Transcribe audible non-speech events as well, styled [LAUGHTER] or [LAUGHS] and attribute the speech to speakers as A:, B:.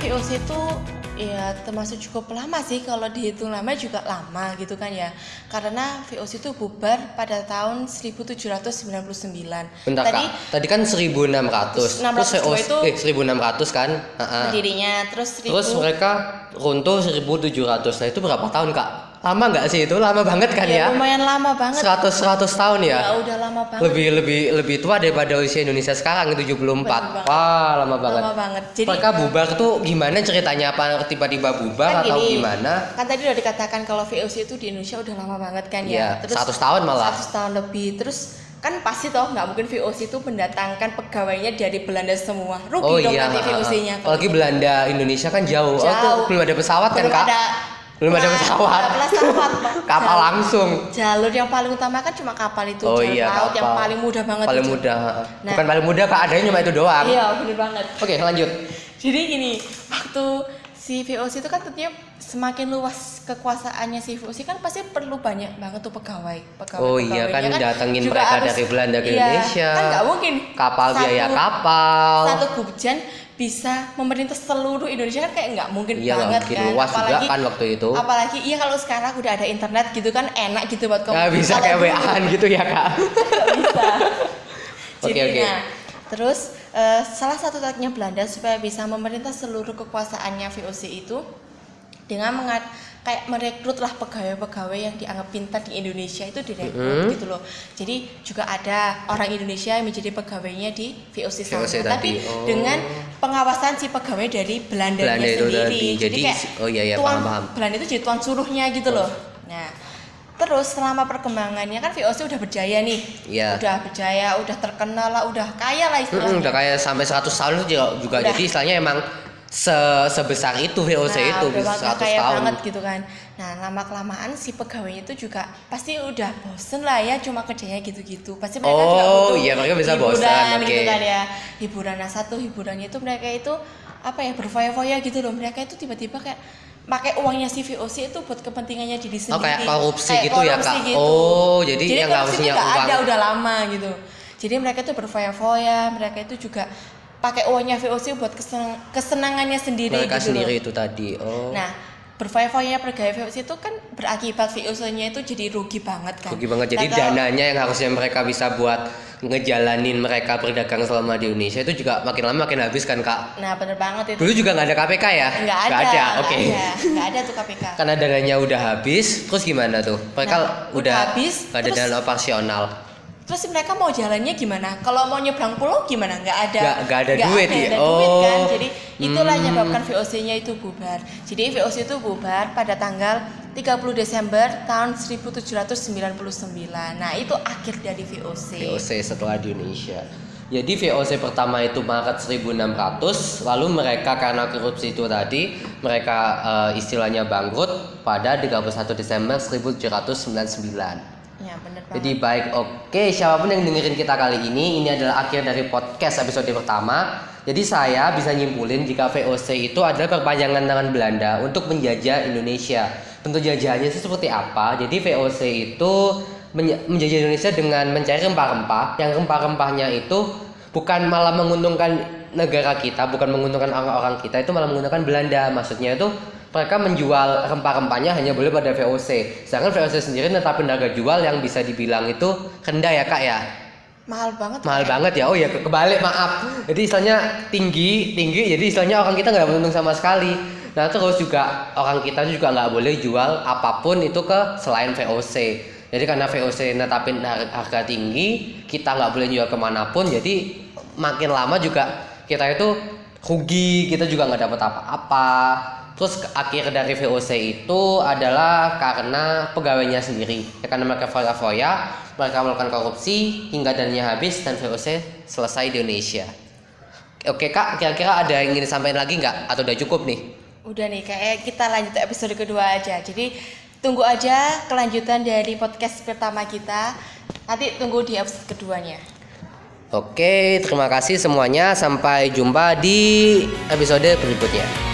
A: VOC itu ya termasuk cukup lama sih kalau dihitung lama juga lama gitu kan ya karena VOC itu bubar pada tahun 1799
B: Bentar
A: tadi
B: kak, tadi kan 1600 Terus
A: 1602
B: VOC
A: itu
B: eh, 1600 kan Ha-ha.
A: berdirinya terus 1000
B: Terus mereka runtuh 1700 Nah itu berapa tahun kak? Lama nggak sih itu? Lama banget kan
A: ya,
B: ya?
A: lumayan lama banget
B: 100-100 tahun ya?
A: ya udah lama banget
B: Lebih lebih lebih tua daripada usia Indonesia sekarang 74 Wah lama banget
A: lama banget jadi
B: Mereka bubar tuh gimana ceritanya? Apa tiba-tiba bubar
A: kan
B: atau
A: gini,
B: gimana?
A: kan tadi udah dikatakan kalau VOC itu di Indonesia udah lama banget kan ya,
B: Iya, 100 tahun malah.
A: 100 tahun lebih terus kan pasti toh nggak mungkin VOC itu mendatangkan pegawainya dari Belanda semua rugi
B: Oh
A: dong
B: iya,
A: nanti
B: ha-ha.
A: VOC-nya
B: apalagi Belanda Indonesia kan jauh, Oh, tuh
A: gitu. Jauh.
B: belum ada pesawat kan
A: belum
B: kak?
A: ada
B: Belum ada
A: Nah, belum
B: pesawat.
A: ada
B: [LAUGHS]
A: pesawat Pak.
B: Kapal
A: Jalur-
B: langsung.
A: jalur yang paling utama kan cuma kapal itu
B: Oh
A: jalur
B: iya,
A: laut yang
B: kapal.
A: paling mudah banget
B: paling
A: itu.
B: mudah ha-ha.
A: Nah.
B: bukan paling mudah kak adanya cuma itu doang
A: iya bener banget
B: oke lanjut
A: Jadi gini, waktu si VOC itu kan tentunya semakin luas kekuasaannya si VOC kan pasti perlu banyak banget tuh pegawai. pegawai
B: Oh iya, kan
A: pegawainya
B: datengin
A: juga
B: mereka dari Belanda ke
A: iya,
B: Indonesia.
A: Kan nggak mungkin.
B: kapal
A: satu-
B: biaya kapal
A: Satu Gubjan bisa memerintah seluruh Indonesia kan kayak nggak mungkin
B: Iya, nggak
A: banget
B: mungkin.
A: kan.
B: Luas juga kan waktu itu.
A: Apalagi iya kalau sekarang udah ada internet gitu kan enak gitu buat kamu.
B: nggak bisa kayak WA-an gitu ya kak
A: bisa.
B: Oke,
A: Jadi,
B: [LAUGHS] oke.
A: nah, terus eh, salah satu targetnya Belanda supaya bisa memerintah seluruh kekuasaannya VOC itu dengan mengat kayak merekrutlah pegawai-pegawai yang dianggap pintar di Indonesia itu direkrut
B: Mm-hmm.
A: gitu loh. Jadi juga ada orang Indonesia yang menjadi pegawainya di VOC sana,
B: VOC
A: tapi
B: tadi, oh.
A: dengan pengawasan si pegawai dari Belanda
B: Belanda itu
A: sendiri.
B: tadi.
A: Jadi,
B: Jadi,
A: kayak
B: oh iya, iya,
A: tuan
B: paham, paham.
A: Belanda itu jadi tuan suruhnya gitu loh. Nah, terus selama perkembangannya kan VOC udah berjaya nih.
B: Iya.
A: Udah berjaya, udah terkenal lah, udah kaya lah
B: Mm-mm,
A: istilahnya.
B: udah kayak sampai 100 tahun itu juga, juga
A: Udah.
B: jadi istilahnya emang se- sebesar itu VOC
A: Nah,
B: itu
A: udah
B: bisa
A: bakal
B: 100
A: kaya
B: tahun
A: banget gitu kan. Nah, lama kelamaan si pegawainya itu juga pasti udah bosen lah ya cuma kerjanya gitu-gitu. Pasti mereka juga
B: Oh,
A: butuh
B: iya, mereka bisa
A: hiburan
B: bosen,
A: gitu
B: oke.
A: kan ya. Hiburan nah satu hiburannya itu mereka itu apa ya berfoya-foya gitu loh. Mereka itu tiba-tiba kayak pakai uangnya si VOC itu buat kepentingannya diri sendiri.
B: Oh kayak korupsi
A: Kayak
B: gitu ya
A: korupsi
B: kak?
A: gitu.
B: Oh jadi, yang nggak
A: korupsi
B: punya
A: itu nggak
B: uang
A: ada udah lama gitu jadi mereka itu berfoya-foya mereka itu juga pakai uangnya VOC buat kesenang- kesenangannya sendiri
B: mereka
A: gitu
B: sendiri
A: loh.
B: itu tadi. Oh
A: nah berfoya-foya pegawai VOC itu kan berakibat VOC-nya itu jadi rugi banget kan
B: rugi banget.
A: Nah,
B: Jadi
A: kalau-
B: dananya yang harusnya mereka bisa buat ngejalanin mereka berdagang selama di Indonesia itu juga makin lama makin habis kan kak?
A: nah bener banget itu
B: Dulu juga nggak ada KPK ya?
A: nggak ada Iya.
B: Nggak ada.
A: nggak
B: Oke.
A: ada, nggak ada tuh KPK
B: Karena dananya udah habis, terus gimana tuh? Mereka
A: Nah,
B: udah
A: udah habis,
B: nggak ada
A: terus-
B: dana operasional.
A: terus mereka mau jalannya gimana kalau mau nyebrang pulau gimana nggak ada
B: Nggak- nggak ada duit ya?
A: duit kan
B: Oh.
A: jadi itulah yang menyebabkan VOC-nya itu bubar jadi VOC itu bubar pada tanggal 30 Desember tahun 1799 nah itu akhir dari VOC,
B: VOC setelah di Indonesia. Jadi VOC pertama itu Maret 1600, lalu mereka karena korupsi itu tadi, mereka eh, istilahnya bangkrut pada 31 Desember 1799.
A: ya bener banget
B: Jadi baik, oke siapapun yang dengerin kita kali ini, ini adalah akhir dari podcast episode pertama. Jadi saya bisa nyimpulin jika VOC itu adalah perpanjangan tangan Belanda untuk menjajah Indonesia. Bentuk jajahannya itu seperti apa? Jadi VOC itu menja- menjajah Indonesia dengan mencari rempah-rempah, yang rempah-rempahnya itu bukan malah menguntungkan negara kita, bukan menguntungkan orang-orang kita, itu malah menguntungkan Belanda. Maksudnya itu mereka menjual rempah-rempahnya hanya boleh pada VOC. Sedangkan VOC sendiri netapin harga jual yang bisa dibilang itu rendah ya kak ya.
A: mahal banget
B: Mahal banget ya. Oh ya ke- kebalik maaf. Jadi istilahnya tinggi tinggi. Jadi istilahnya orang kita nggak beruntung sama sekali. Nah terus juga orang kita juga nggak boleh jual apapun itu ke selain VOC. Jadi karena VOC netapin har- harga tinggi, kita nggak boleh jual kemanapun. Jadi makin lama juga kita itu rugi. Kita juga nggak dapat apa-apa. Terus ke- akhir dari VOC itu adalah karena pegawainya sendiri. Ya, karena mereka foya-foya, mereka melakukan korupsi hingga dananya habis dan VOC selesai di Indonesia. Oke kak, kira-kira ada yang ingin disampaikan lagi nggak? Atau udah cukup nih?
A: Udah nih, kayak kita lanjut ke episode kedua aja. Jadi tunggu aja kelanjutan dari podcast pertama kita. Nanti tunggu di episode keduanya.
B: Oke, terima kasih semuanya. Sampai jumpa di episode berikutnya.